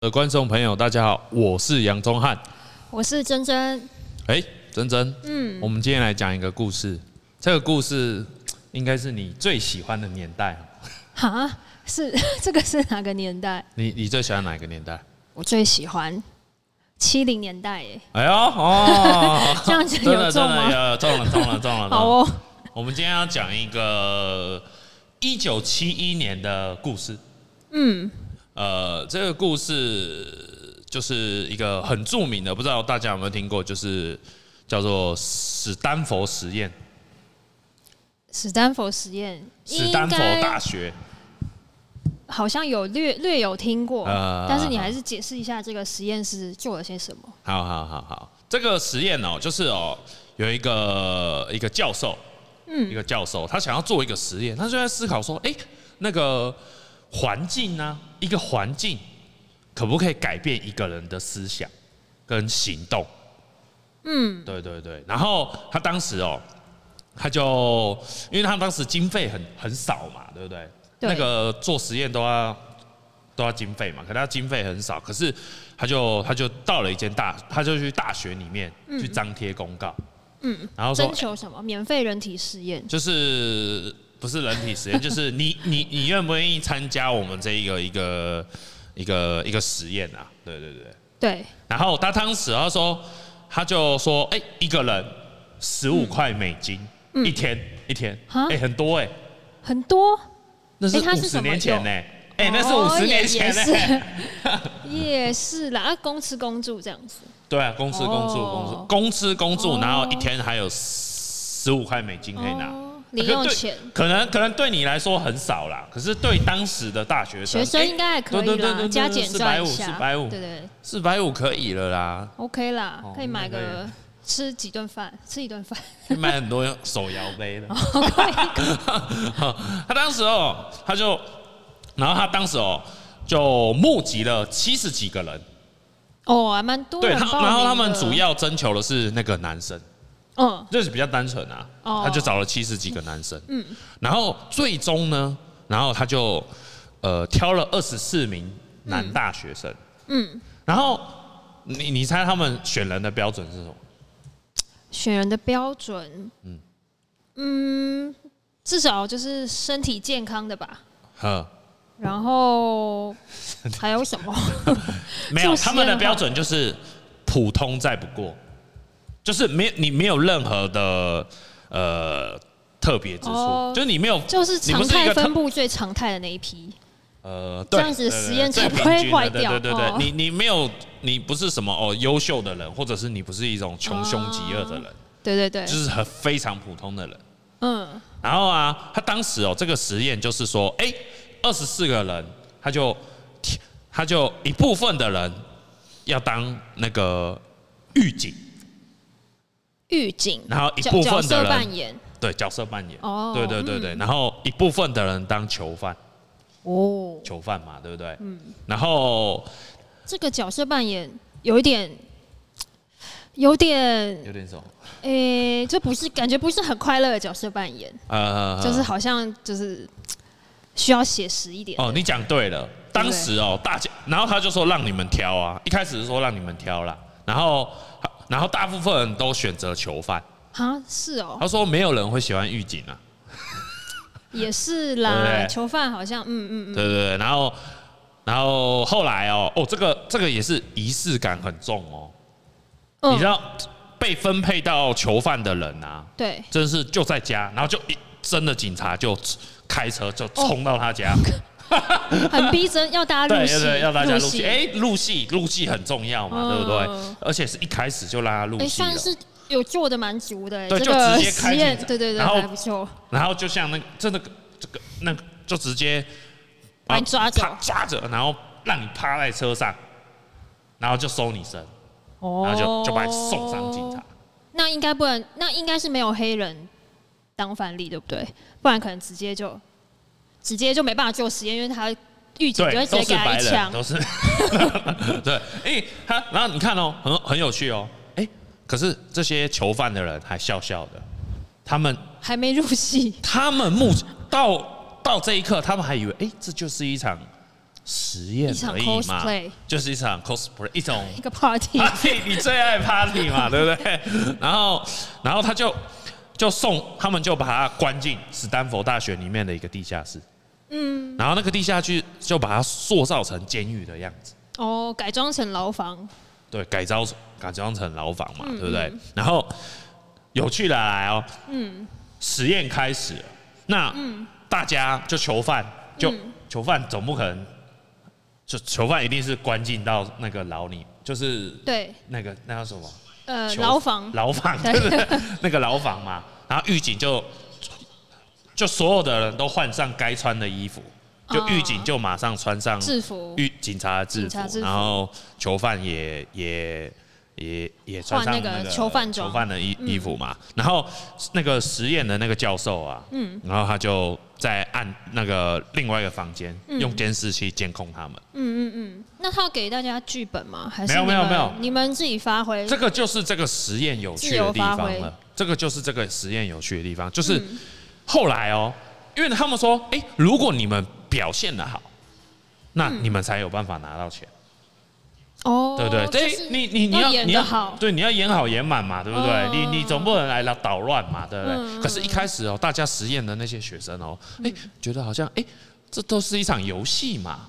的观众朋友，大家好，我是杨宗翰。我是珍珍，哎，珍珍，嗯，我们今天来讲一个故事，这个故事应该是你最喜欢的年代。哈，是 这个是哪个年代？你你最喜欢哪个年代？我最喜欢七零年 代耶，哎呦 哦，这样子真有的中真的吗？有中了中了中了。好哦，我们今天要讲一个一九七一年的故事。嗯，呃，这个故事就是一个很著名的，不知道大家有没有听过，就是叫做史丹佛实验，史丹佛实验，史丹佛大学。好像有略略有听过，呃但是你还是解释一下这个实验室做了些什么？好好好好，这个实验哦，就是哦，有一个一个教授，嗯，一个教授，他想要做一个实验，他就在思考说，哎、那个环境呢、一个环境可不可以改变一个人的思想跟行动？嗯，对对对。然后他当时哦，他就因为他当时经费很很少嘛，对不对？对那个做实验都要都要经费嘛，可他经费很少，可是他就他就到了一间大，他就去大学里面去张贴公告，嗯，然后说征求什么？免费人体实验？就是不是人体实验，就是你 你你愿不愿意参加我们这一个一个一个一个实验啊？对对对。对，然后他当时他说，他就说，哎、一个人十五块美金、一天一天，哎、嗯哈很多哎、很多那是哎他是五十什么年前呢、哎、那是五哦十也年前呢、也是也是啦，啊公吃公住这样子，对啊，公吃公住，公哦吃公吃公住，哦然后一天还有十五块美金可以拿哦，零用钱可能对可能可能对你来说很少啦，可是对当时的大学生，学生应该还可以啦，加减四算百一五，下，四百五，对对四百五可以了啦， ，OK 啦哦，可以买那个个吃几 顿饭，吃一顿饭， 去买很多手摇杯了。他当时哦，他就，然后他当时哦，就募集了七十几个人，哦，还蛮多对，人他报名的然后他们主要征求的是那个男生。嗯就是比较单纯啊，哦他就找了七十几个男生，嗯，然后最终呢，然后他就呃挑了二十四名男大学生，嗯，然后你你猜他们选人的标准是什么？选人的标准，嗯至少就是身体健康的吧，呵，然后还 有什么？没有，做实验的话他们的标准就是普通再不过，就是没你没有任何的呃特别之处，哦就是你没有就是你不常是一态个特分布最常态的那一批，呃，这对样子对实对验最才不平会均的坏对掉对对对哦，你你没有，你不是什么哦优秀的人，或者是你不是一种穷凶极恶的人，对对对，就是很非常普通的人。嗯，然后啊，他当时哦，这个实验就是说，哎、二十四个人，他就他就一部分的人要当那个狱警，预警，然后一角部角分的色人扮演，对角色扮演，哦对对对对，然后一部分的人当囚犯，哦，囚犯嘛，对不对？嗯，然后这个角色扮演有一点，有点，有点什么？诶、就不是感觉不是很快乐的角色扮演，呃，就是好像就是需要写实一点。哦，你讲对了。当时哦，大家，然后他就说让你们挑啊，一开始是说让你们挑啦，然后，然后大部分人都选择囚犯。啊，是哦，他说没有人会喜欢狱警啊，也是对不对啦，囚犯好像，嗯嗯嗯，对对对。然后，然后后来哦，哦，这个这个也是仪式感很重哦。嗯你知道被分配到囚犯的人啊，对，真是就在家，然后就一真的警察就开车就冲到他家，很逼真，要大家哦对入戏对，对，要大家入戏。戏，哎，入戏入戏很重要嘛，对不对嗯？而且是一开始就让他入哎，戏了算，是有做的蛮足的，对这就个直接开实验进，对对对，然后还不错，然后就像那个真的这个那个就直接把你抓走趴抓着，然后让你趴在车上，然后就搜你身，哦然后就就把你送上警察。。那应该不能，那应该是没有黑人当反例，对不对？不然可能直接就直接就没办法做实验，因为他预警就会对，都直接给是他白一人，枪。都是 对。哎，他然后你看哦，很很有趣哦。哎，可是这些囚犯的人还笑笑的，他们还没入戏，他们目到到这一刻，他们还以为，哎、这就是一场实验一场而已嘛 cosplay，就是一场 cosplay，一种一 个 party， party，你最爱 party 嘛，对不对？ 然后，然后他就就送他们就把他关进史丹佛大学里面的一个地下室，嗯，然后那个地下去就把它塑造成监狱的样子，哦，改装成牢房，对，改造改装成牢房嘛，对不对？然后有趣的来哦，嗯，实验开始了，那大家就囚犯就囚犯总不可能。就囚犯一定是关进到那个牢里，就是对，那个那叫什么？呃，囚嗯牢房，牢 房，对对不对？那个牢房嘛，然后狱警就就所有的人都换上该穿的衣服，就哦狱警就马上穿上制服，狱警察的制警察服，制服然后囚犯也也也也穿上换那个囚犯装嗯囚犯的衣衣服嘛，然后那个实验的那个教授啊，嗯，然后他就在按那个另外一个房间嗯用监视器监控他们。那他要给大家剧本吗？还是没有你们没有没有你们自己发挥这个就是这个实验有趣的地方自由发挥嗯了。这个就是这个实验有趣的地方，就是后来哦，因为他们说，哎、如果你们表现的好，那你们才有办法拿到钱，嗯哦，对不对？就对，哎是你你你要要演你得好对，你要演好演满嘛，对不对？嗯你你总不能来捣乱嘛，对不对？嗯嗯嗯可是，一开始哦，大家实验的那些学生哦，哎、觉得好像哎、这都是一场游戏嘛，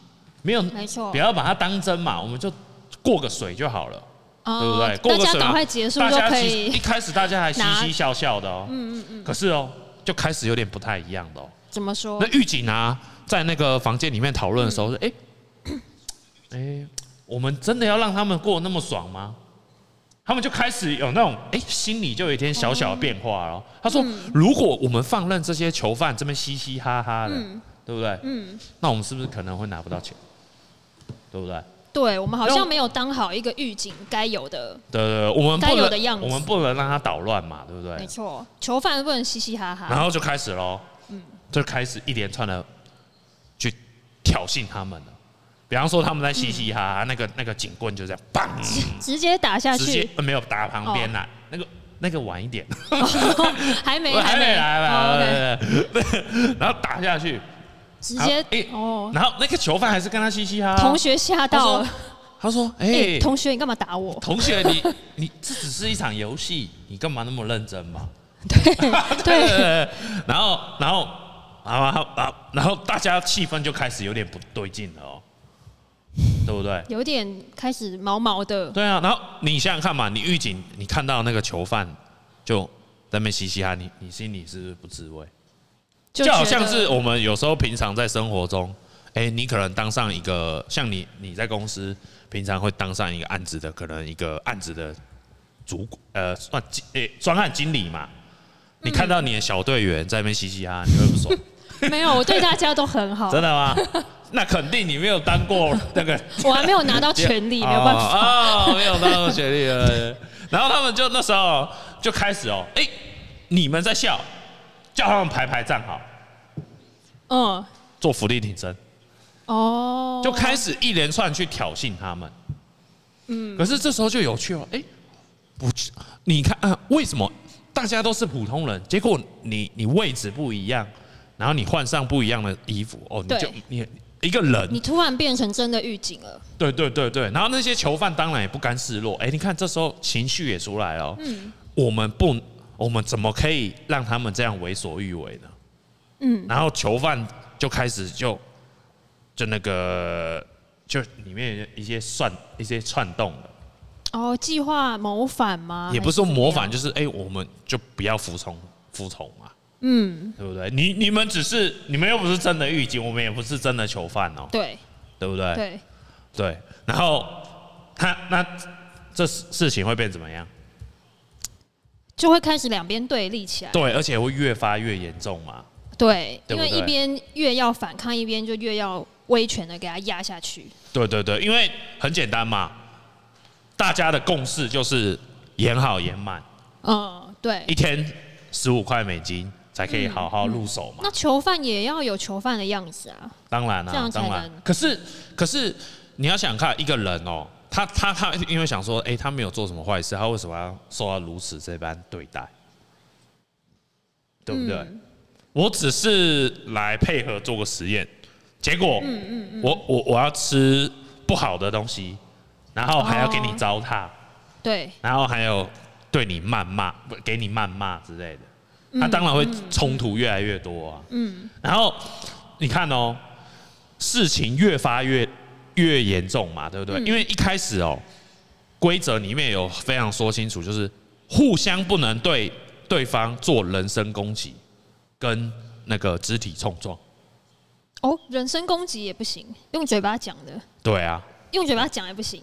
没有没错不要把它当真嘛，我们就过个水就好了。对不哦对？过个大水家嘛赶快结束大就家可其实一以，开始大家还嘻拿嘻笑笑的哦，嗯嗯嗯。可是哦，就开始有点不太一样的哦。 怎么说那？狱警啊，在那个房间里面讨论的时嗯候，说：“哎，哎，我们真的要让他们过得那么爽吗？”他们就开始有那种哎、心里就有一点小小的变化哦。他说：“嗯如果我们放任这些囚犯这么嘻嘻哈哈的，对不对？嗯，那我们是不是可能会拿不到钱？对不对？”对我们好像用没有当好一个狱警该有的，对对对，我们该不有能的样子我们不能让他捣乱嘛，对不对？没错，囚犯不能嘻嘻哈然哈，后就开始喽，嗯就开始一连串的去挑衅他们了。比方说他们在嘻嘻哈哈，那个那个警棍就这样， 砰，直接打嗯下直接去，哦呃没有打旁边啦，那个那个晚一点， 哎还没我 还没来哦，OK 吧，对对对然后打下去，直接好哎哦，然后那个囚犯还是跟他嘻嘻哈哈。同学吓到了，他说：“哎，哎，同学你干嘛打我？同学，你 你这只是一场游戏，你干嘛那么认真嘛？” 对对，对，然后然后啊啊啊，然后大家气氛就开始有点不对劲了哦，对不对？有点开始毛毛的，对啊，然后你想想看嘛，你狱警你看到那个囚犯就在那边嘻嘻哈，你你心里是不是不滋味？就好觉得像是我们有时候平常在生活中，哎、你可能当上一个像你你在公司平常会当上一个案子的，可能一个案子的主管呃算经诶专案经理嘛，你看到你的小队员在那边嘻嘻哈，哈，你会不爽？ 没有，我对大家都很 好，真的吗？那肯定你没有当过那 个我还没有拿到权利，没有办法。啊、哦没有当过学历了。然后他们就那时候就开始哦，哎、你们在笑，叫他们排排站好，嗯，做伏地挺身，哦，就开始一连串去挑衅他们。嗯，可是这时候就有趣哦，哎、不，你看啊，为什么大家都是普通人，结果你你位置不一样，然后你换上不一样的衣服，哦，你对就你一个人，你突然变成真的狱警了，对对对对，然后那些囚犯当然也不甘示弱，哎、你看这时候情绪也出来了哦、嗯我们不，我们怎么可以让他们这样为所欲为呢？嗯，然后囚犯就开始就就那个就里面有一些算一些串动了，哦，计划谋反吗？也不是说模仿，哦还是就是哎、我们就不要服从服从嘛，怎么样嗯，对不对？你你们只是你们又不是真的狱警，我们也不是真的囚犯哦、对对不对？对，对，然后他那这事事情会变怎么样？就会开始两边对立起来，对，而且会越发越严重嘛。对，对因不为对一边越要反抗，一边就越要威权的给他压下去，对对对，因为很简单嘛，大家的共识就是演好演满，嗯，对一。天十五块美金才可以好好入手嘛。那囚犯也要有囚犯的样子啊，当然这啦、啊，样才当然能。可是可是你要想看一个人哦，他他他因为想说，哎、他没有做什么坏事，他为什么要受到如此这般对待？嗯对不对？我只是来配合做个实验，结果，嗯我我我要吃不好的东西，然后还要给你哦糟蹋，对，然后还有对你谩骂，不给你谩骂之类的，那、当然会冲突越来越多啊。嗯，然后你看哦，事情越发越越严重嘛，对不对？嗯因为一开始哦，规则里面有非常说清楚，就是互相不能对对方做人身攻击跟那个肢体冲撞。哦，人身攻击也不行，用嘴巴讲的，对啊，用嘴巴讲也不行。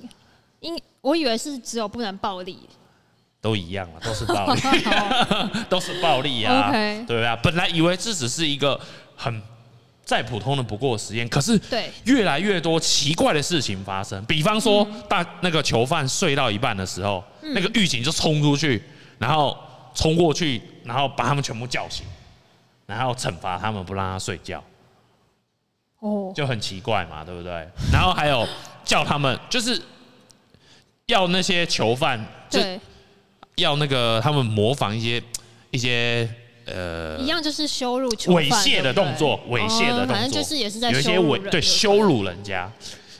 因我以为是只有不能暴力，都一样啊，都是暴力，都是暴力啊 OK 对啊。本来以为这只是一个很再普通的不过的实验，可是对越来越多奇怪的事情发生。比方说，嗯大那个囚犯睡到一半的时候，那个狱警就冲出去，然后冲过去，然后把他们全部叫醒，然后惩罚他们不让他睡觉， 哦，就很奇怪嘛，对不对？然后还有叫他们就是要那些囚犯就对，要那个他们模仿一些一些呃一样就是羞辱囚犯猥亵的动作，猥亵的动作，哦反正就是也是在有一些羞辱猥人对羞辱人家。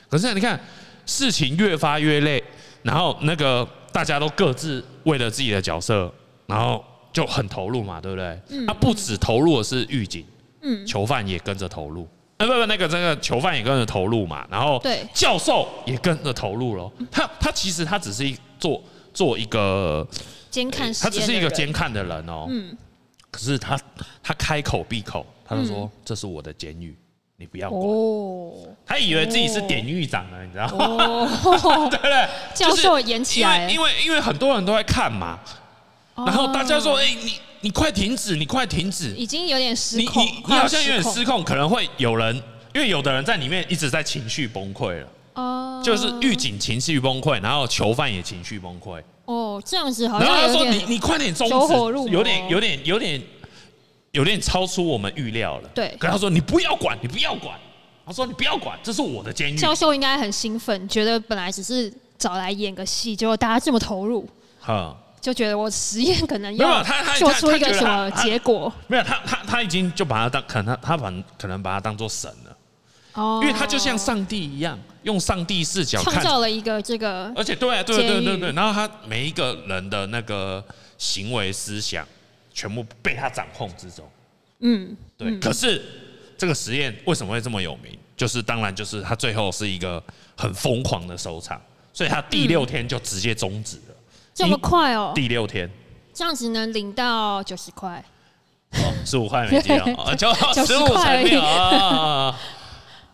可是你看事情越发越累，然后那个大家都各自为了自己的角色，然后就很投入嘛，对不对？他、不止投入的是狱警，嗯囚犯也跟着投入。呃，不不，那个那个囚犯也跟着投入嘛，然后对教授也跟着投入了。他他其实他只是一做做一个监看实他验只的是一个人监看的人哦、嗯可是他他开口闭口，他就说、这是我的监狱，你不要管。哦 他以为自己是典狱长啊呢，你知道吗？哦，对不对？教授演起来就哦是因为因为因为很多人都在看嘛，然后大家说：“哎、你你快停止，你快停止，已经有点失你控，你你快要好像有点失控控，可能会有人，因为有的人在里面一直在情绪崩溃了，哦，就是狱警情绪崩溃，然后囚犯也情绪崩溃，哦，这样子好然后他像有说：“你点你快点终走火入止，魔有点有点有点有点超出我们预料了。”对可他说：“你不要管，你不要管。”他说：“你不要管，这是我的监狱。教授应该很兴奋，觉得本来只是找来演个戏，结果大家这么投入，”哈，就觉得我实验可能没要有啊他他他做出一个他觉得什他么结果没有他他他已经就把他当可能他他把可能把他当做神了，哦，因为他就像上帝一样，用上帝视角创看造了一个这个而且对对对对监对，狱然后他每一个人的那个行为思想，全部被他掌控之中。嗯对，可是这个实验为什么会这么有名？就是当然就是他最后是一个很疯狂的收场，所以他第六天就直接终止了。这么快嗯哦，第六天，这样子能领到九十块，十五块美金哦，啊就十五90块块而没已有啊。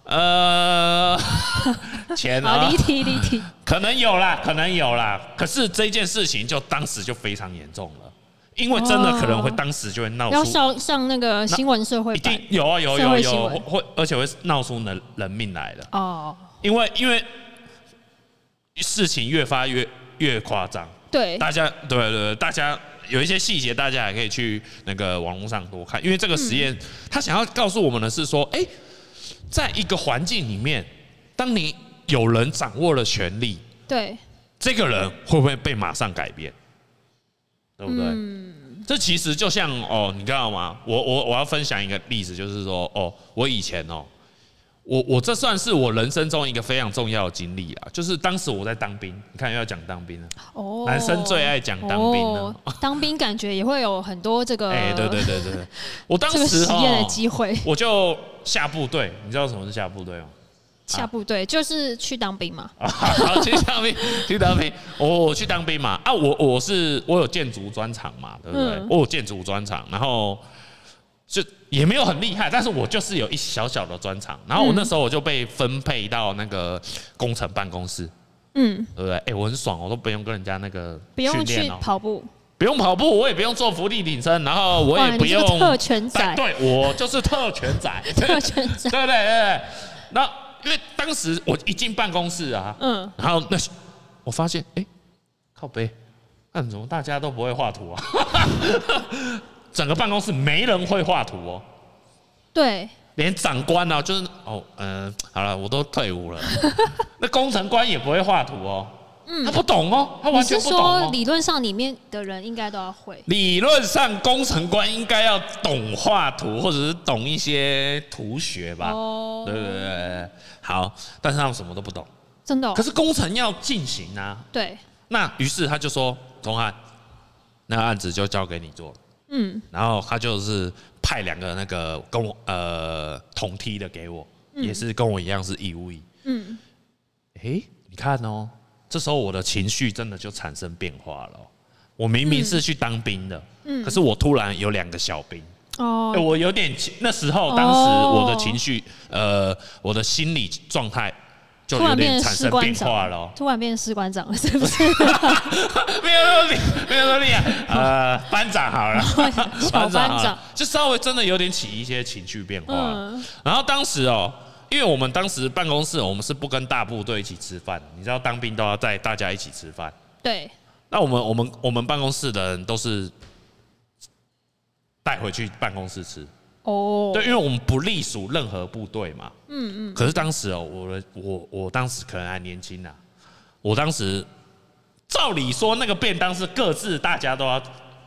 呃， 钱好啊离，题离题，可能有啦，可能有啦。可是这件事情就当时就非常严重了，因为真的可能会哦当时就会闹要出，上上那个新闻社会一版定有啊有社有会新有闻会，而且会闹出人人命来的，哦，因为因为事情越发越越夸张，对，大家对对对，大家有一些细节，大家也可以去那个网络上多看，因为这个实验、他想要告诉我们的是说，哎、在一个环境里面，当你有人掌握了权力，对，这个人会不会被马上改变？对不对？嗯这其实就像哦，你知道吗？我我我要分享一个例子，就是说哦，我以前哦，我我这算是我人生中一个非常重要的经历啊，就是当时我在当兵，你看又要讲当兵了。啊哦，男生最爱讲当兵啊哦，当兵感觉也会有很多这个，哎、对对对对，对我当这个时实验的哦，机会。我就下部队，你知道什么是下部队吗？下部队就是去当兵嘛，啊，好去当兵， 去当兵，我我去当兵嘛啊，我我是我有建筑专长嘛，对不对？嗯我有建筑专长，然后就也没有很厉害，但是我就是有一小小的专长，然后我那时候我就被分配到那个工程办公室，嗯，对不对？哎、我很爽，我都不用跟人家那个不用训练去哦跑步，不用跑步，我也不用做伏地挺身，然后我哇，也你不这用个特权但仔，对我就是特权仔， 特权 仔对，对对对。那因为当时我一进办公室啊，嗯，然后那我发现，哎、靠背，那怎么大家都不会画图啊？ 整个办公室没人会画图哦，对，连长官啊，呃 就是哦，嗯、好了，我都退伍了，那工程官也不会画图哦，他不懂哦，他完你全是不懂哦说。理论上里面的人应该都要会？理论上，工程官应该要懂画图，或者是懂一些图学吧？哦啊对对对对对，好，但是他们什么都不懂。真的哦、可是工程要进行啊，对，那于是他就说：“钟汉，那个案子就交给你做。”嗯，然后他就是派两个那个跟我呃同梯的给我，也是跟我一样是义务役。嗯，诶，你看哦，这时候我的情绪真的就产生变化了哦、我明嗯明是去当兵的，可是我突然有两个小兵，哦哎，我有点情那时候，当时我的情绪，呃，我的心理状态就突有然变点成产士生官变长化了哦。突然变士官长了，是不是？没有说你，没有说你啊，呃，班长好了，小好班长了，就稍微真的有点起一些情绪变化。嗯然后当时哦，因为我们当时办公室我们是不跟大部队一起吃饭，你知道当兵都要带大家一起吃饭。对，那我们我们我们办公室的人都是带回去办公室吃，哦，对，因为我们不隶属任何部队嘛。嗯嗯。可是当时哦，我的我我当时可能还年轻啊，我当时照理说那个便当是各自大家都要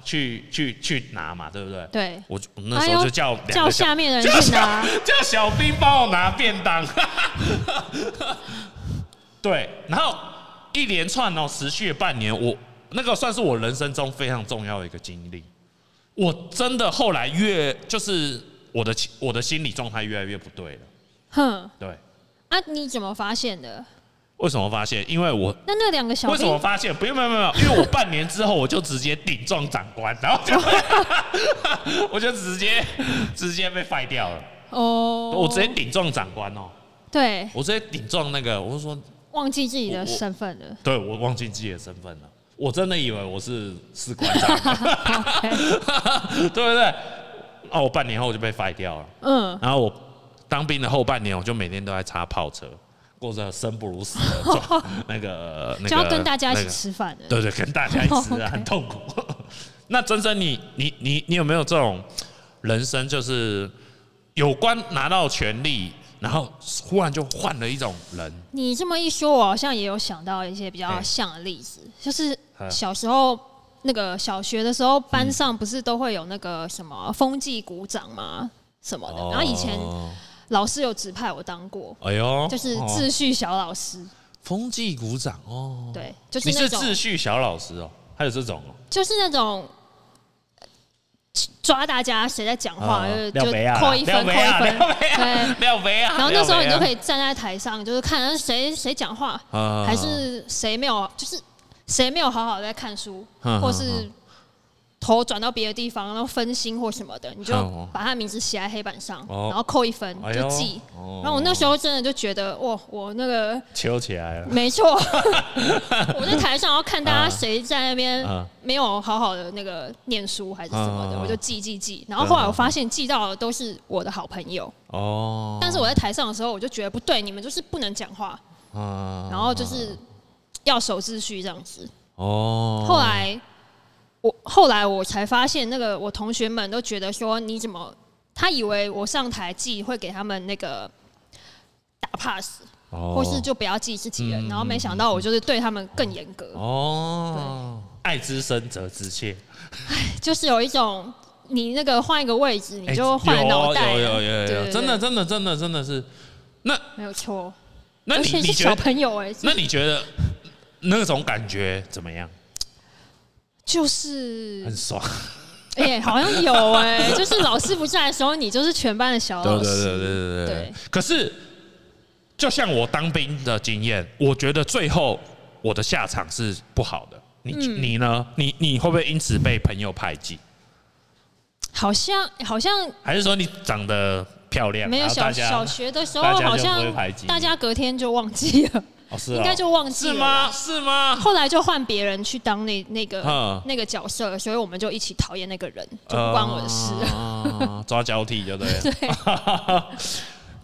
去去去拿嘛，对不对？对我就我那时候就叫两哎叫个小下面的叫人去小拿， 叫小兵帮我拿便当。 对，然后一连串哦，持续了半年，我那个算是我人生中非常重要的一个经历。我真的后来越就是我的情我的心理状态越来越不对了。哼，对，啊，你怎么发现的？为什么发现？因为我那那两个小为什么兵，发现？不用，没有，没有，因为我半年之后我就直接顶撞长官，然后就 我就直接直接被废掉了。哦，我直接顶撞长官哦、对我直接顶撞那个，我就说，忘记自己的我我身份了。对我忘记自己的身份了，我真的以为我是士官 长， OK，对不对？哦，我半年后我就被 f 掉了，嗯，然后我当兵的后半年，我就每天都在擦炮车，过着生不如死的状那个 那个，就要跟大家一那起个吃饭了。对对，跟大家一 起 OK 啊，很痛苦。 那真真你，你你你有没有这种人生，就是有关拿到权力，然后忽然就换了一种人？你这么一说，我好像也有想到一些比较哎像的例子，就是啊小时候那个小学的时候，班上不是都会有那个什么风纪鼓掌吗？什么的，然后以前哦老师有指派我当过，哎呦，就是哦秩序小老师，风纪鼓掌哦。对，就是你那是种秩序小老师哦，还有这种哦，就是那种呃抓大家谁在讲话，哦就廖就北亚，扣一廖分，北扣一亚，分，廖北亚，对。廖北亚。 然后那时候你就可以，以站在台上，就是看呃谁谁讲话，啊还是谁没有，就是谁没有好好在看书，嗯或嗯是头转到别的地方，然后分心或什么的，你就嗯嗯把他名字写在黑板上，哦然后扣一分哎就呦记。哦然后我那时候真的就觉得，哇，我那个求起来了。没错， 我在台上，然后看大家谁在那边啊没有好好的那个念书还是什么的，啊我就记记记。然后后来我发现记到的都是我的好朋友，哦，但是我在台上的时候，我就觉得不对，你们就是不能讲话，啊然后就是要守秩序这样子。哦，后来我后来我才发现，那个我同学们都觉得说你怎么，他以为我上台记会给他们那个打 pass，或或是就不要记自己人，哦嗯然后没想到我就是对他们更严格，哦，爱之深责之切，就是有一种你那个换一个位置，你哎就换了脑袋有了，有有有对有，对真的对真的真的真的是，那没有错，那而你且是你觉小得，朋友哎、那你觉得那种感觉怎么样？就是很爽，哎、好像有哎、 就是老师不在的时候，你就是全班的小老对师，对可是，就像我当兵的经验，我觉得最后我的下场是不好的。你、你呢？你你会不会因此被朋友排挤？好像好像还是说你长得漂亮，没有哎然后小大家小学的时候大家就好不会像排挤你大家隔天就忘记 了，哦是哦应该就忘记是了吗？？是吗？后来就换别人去当那那个嗯哦那个角色，所以我们就一起讨厌那个人，就不关我 的事。啊，抓交替就对了。对，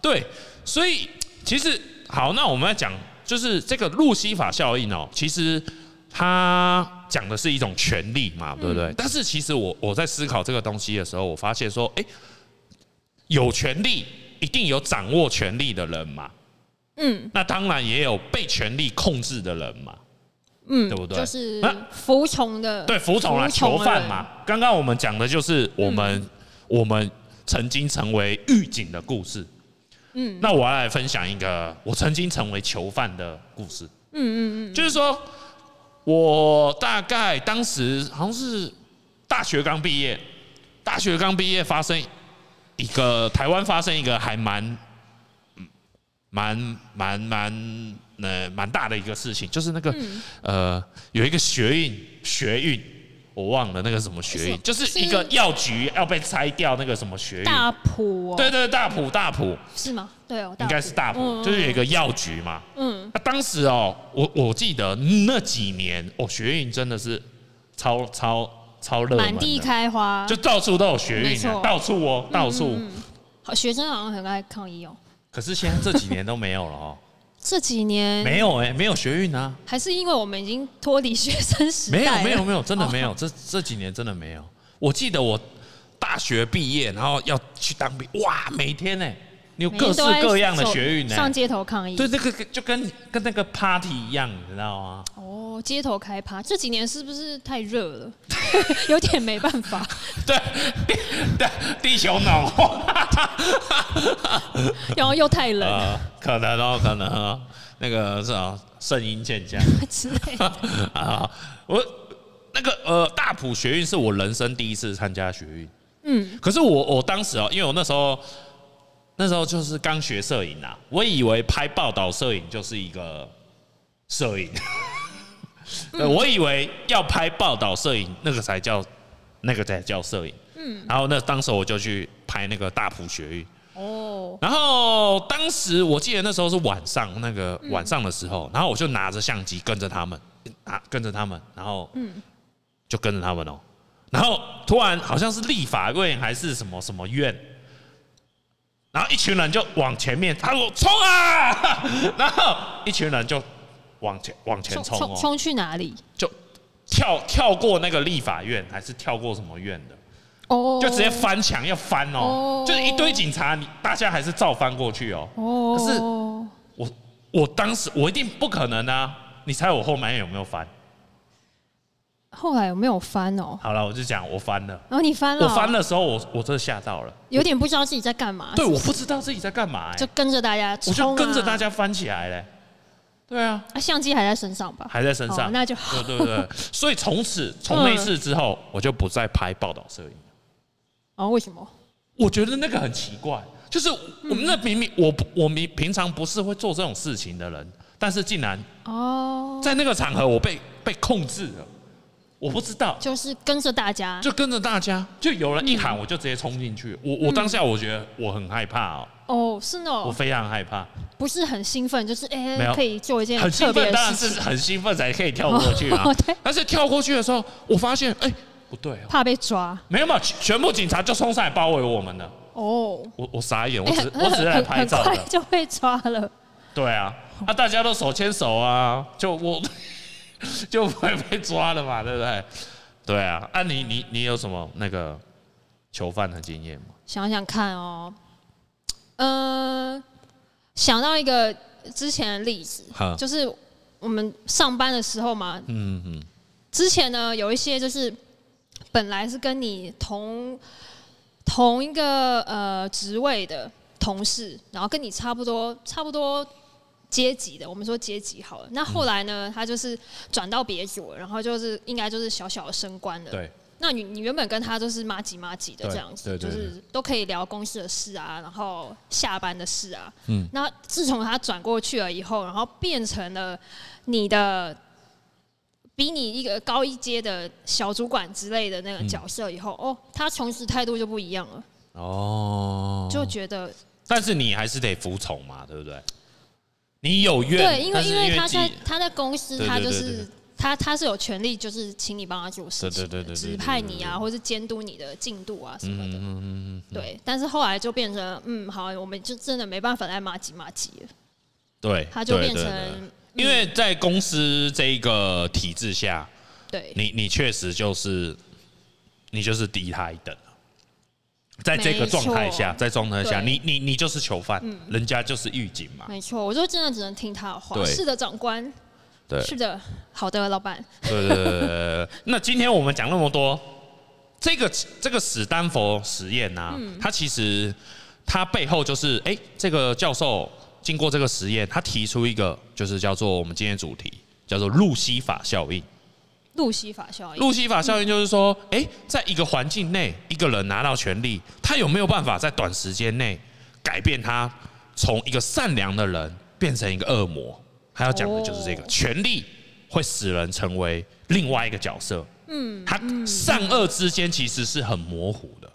对，所以其实好，那我们要讲就是这个路西法效应哦，其实它讲的是一种权利嗯嘛，对不对？但是其实我我在思考这个东西的时候，我发现说，哎、有权利一定有掌握权力的人嘛，嗯，那当然也有被权力控制的人嘛。嗯，对不对就是啊服从的，对，服从啦，啊嗯服从囚的犯嘛。刚刚我们讲的就是我们、我们曾经成为狱警的故事。嗯，那我要来分享一个我曾经成为囚犯的故事。嗯嗯嗯，就是说我大概当时好像是大学刚毕业，大学刚毕业发生一个台湾发生一个还蛮嗯蛮蛮蛮呃蛮大的一个事情，就是那个、嗯呃有一个学运学运。我忘了那个什么学运，就是是一个药局要被拆掉那个什么学运，大埔哦，对对，大埔大埔是吗？对哦，大应该是大嗯埔，就是有一个药局嘛。嗯，那当时哦，我我记得那几年哦，学运真的是超超超热门满地的，开花，就到处都有学没运错嗯啊，到处哦，到处。好学生好像很爱抗议哦。可是现在这几年都没有了 哦，这几年没有哎、没有学运啊，还是因为我们已经脱离学生时没有代了，没有没有，真的没哦有，这这几年真的没有。我记得我大学毕业，然后要去当兵，哇，每天呢、你有每各天式都在各样的走学运呢、上街头抗议。对，那个就跟跟那个 party 一样，你知道吗？哦，街头开趴，这几年是不是太热了？ 有点没办 法，对，地对，地球暖化，然后又太冷、 呃，可能哦，可能哦，那个是啊，圣婴现象之 类的。啊，我那个呃，大埔学运是我人生第一次参加学运，嗯，可是我我当时哦，因为我那时候那时候就是刚学摄影啊，我以为拍报道摄影就是一个摄影， 对我以为要拍报道摄影那个才叫那个才叫摄影。嗯，然后那当时我就去拍那个大埔学运，哦，然后当时我记得那时候是晚上，那个嗯晚上的时候，然后我就拿着相机跟着他们，啊，跟着他们，然后嗯就跟着他们哦。然后突然好像是立法院还是什么什么院，然后一群人就往前面，他说冲啊， 然后一群人就往前往前冲冲冲哦，冲去哪里？就跳跳过那个立法院还是跳过什么院的，哦，就直接翻墙要翻哦哦，就是一堆警察，你大家还是照翻过去哦。哦，可是我我当时我一定不可能啊！你猜我后面有没有翻？后来有没有翻哦？好了，我就讲我翻了。然后你翻了，我翻，的时候，我我真的吓到了。有点不知道自己在干嘛，对，我不知道自己在干嘛、啊就欸，跟着大家冲、我啊，就跟着大家翻起来嘞、对啊，啊，相机还在身上吧？还在身哦上，那就好嗯对对 对，所以从此从那次之后，我就不再拍报道摄影。哦，为什么？我觉得那个很奇怪，就是嗯我们那明明我不我明平常不是会做这种事情的人，但是竟然哦，在那个场合我被被控制了，我不知道。就是跟着大家，就跟着大家，就有人一嗯喊，我就直接冲进去。我我当下我觉得我很害怕哦，哦，是那我种非常害怕，不是很兴奋，就是哎、没有可以做一件很特兴别奋，的当然事是情，很兴奋才可以跳过去啊哦对。但是跳过去的时候，我发现哎不对哦，怕被抓。没有嘛，全全部警察就冲上来包围我们了。哦，我我傻眼，我哎只我只是来很拍照很的快。就被抓了。对啊，啊大家都手牵手啊，就我 就不会被抓了嘛，对不对？对啊，啊你你你有什么那个囚犯的经验吗？想想看哦，嗯、想到一个之前的例子好，就是我们上班的时候嘛，嗯嗯，之前呢有一些就是本来是跟你同同一个呃职位的同事，然后跟你差不多差不多阶级的，我们说阶级好了。那后来呢，他就是转到别组了，然后就是应该就是小小的升官了。对。那你你原本跟他都是妈吉妈吉的对这样子，对就对嗯是都可以聊公司的事啊，然后下班的事啊。嗯嗯。那自从他转过去了以后，然后变成了你的比你一个高一阶的小主管之类的那个角色以后，哦，他从此态度就不一样了，哦，就觉得、但是你还是得服从嘛，对不对？你有怨，对，因为但是因因为他自在己他在公司，对他对就对是对他他是有权利，就是请你帮他做事情对对对对的，对指派你啊，或是监督你的进度啊什么的。嗯嗯嗯，对，但是后来就变成，嗯，好，我们就真的没办法再骂几骂几了，对，他就对变对成嗯对因为在公司这一个体制下，对你你确实就是你就是低他一等了在这个状态下，没错在状态下，对嗯你你你就是囚犯，人家就是狱警嘛。没错，我就真的只能听他的话。对是的，长官，对是的，好的，老板。 对对对对对对。那今天我们讲那么多，这个这个史丹佛实验呐、它其实它背后就是，哎、这个教授经过这个实验，他提出一个就是叫做我们今天的主题叫做路西法效应。路西法效应，路西法效应就是说，哎、在一个环境内，一个人拿到权力，他有没有办法在短时间内改变他从一个善良的人变成一个恶魔？他要讲的就是这个，哦权力会使人成为另外一个角色。嗯，他善恶之间其实是很模糊的。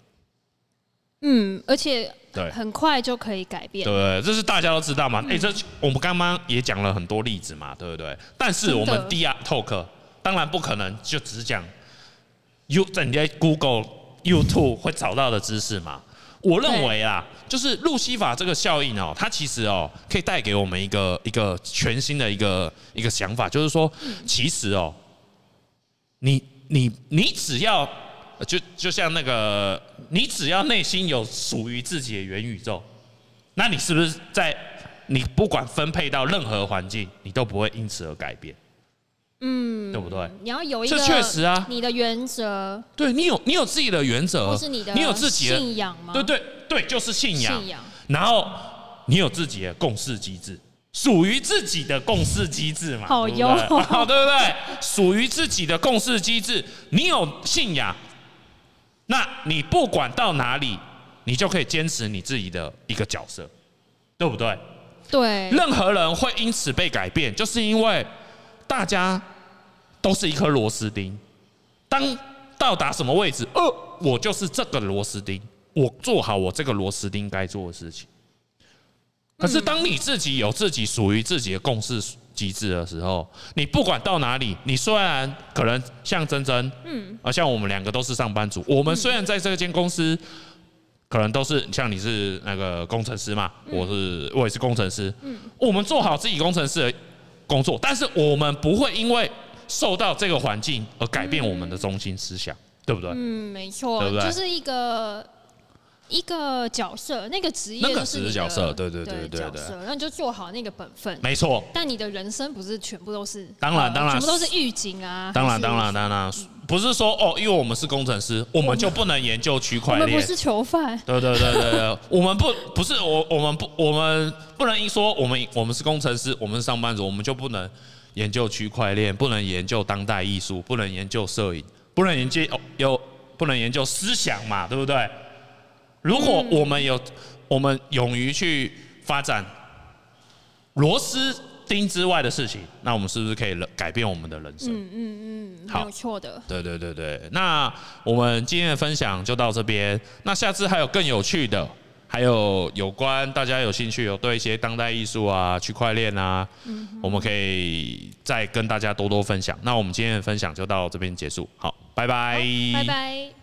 嗯，而且对很快就可以改变。嗯对，这是大家都知道嘛。哎、这我们刚刚也讲了很多例子嘛，对不对？但是我们真的 DR Talk 当然不可能就只讲 You 在你在 Google、YouTube 会找到的知识嘛。我认为啦，就是路西法这个效应哦，它其实哦可以带给我们一个一个全新的一个一个想法，就是说，嗯其实哦，你你你只要呃就就像那个，你只要内心有属于自己的元宇宙，那你是不是在你不管分配到任何环境，你都不会因此而改变？嗯，对不对？你要有一个这确实啊你的原则对你有你有自己的原则，或是你的你有自己的信仰吗？对对对，就是信仰，信仰然后你有自己的共识机制。属于自己的共识机制嘛， 好对不哟对好 对不对？属于自己的共识机制，你有信仰，那你不管到哪里，你就可以坚持你自己的一个角色，对不对？对任何人会因此被改变，就是因为大家都是一颗螺丝钉。当到达什么位置，呃，我就是这个螺丝钉，我做好我这个螺丝钉该做的事情。可是当你自己有自己属于自己的共识机制的时候，你不管到哪里，你虽然可能像珍珍，嗯，啊，像我们两个都是上班族，我们虽然在这间公司。可能都是像你是那个工程师嘛，嗯我是我也是工程师，我们做好自己工程师的工作，但是我们不会因为受到这个环境而改变我们的中心思想，对不对？嗯，没错，对不对就是一个一个角色，那个职业那个就是只你是的角色对对对对对角对色，然后你就做好那个本分。没错，但你的人生不是全部都是，当然呃当然全部都是预警啊，当还然是当然，当然，不是说哦，因为我们是工程师，我们就不能研究区我块们不链。是囚犯，对对对对对，我们不不是我我们不我们不能一说我们我们是工程师，我们是上班族，我们就不能研究区块链，不能研究当代艺术，不能研究摄影，不能研究哦有不能研究思想嘛，对不对？如果我们有我们勇于去发展螺丝钉之外的事情，那我们是不是可以了改变我们的人生？嗯，没好有错的。对对对对，那我们今天的分享就到这边。那下次还有更有趣的，还有有关大家有兴趣有对一些当代艺术啊、区块链啊，我们可以再跟大家多多分享。那我们今天的分享就到这边结束，好，拜拜，拜拜。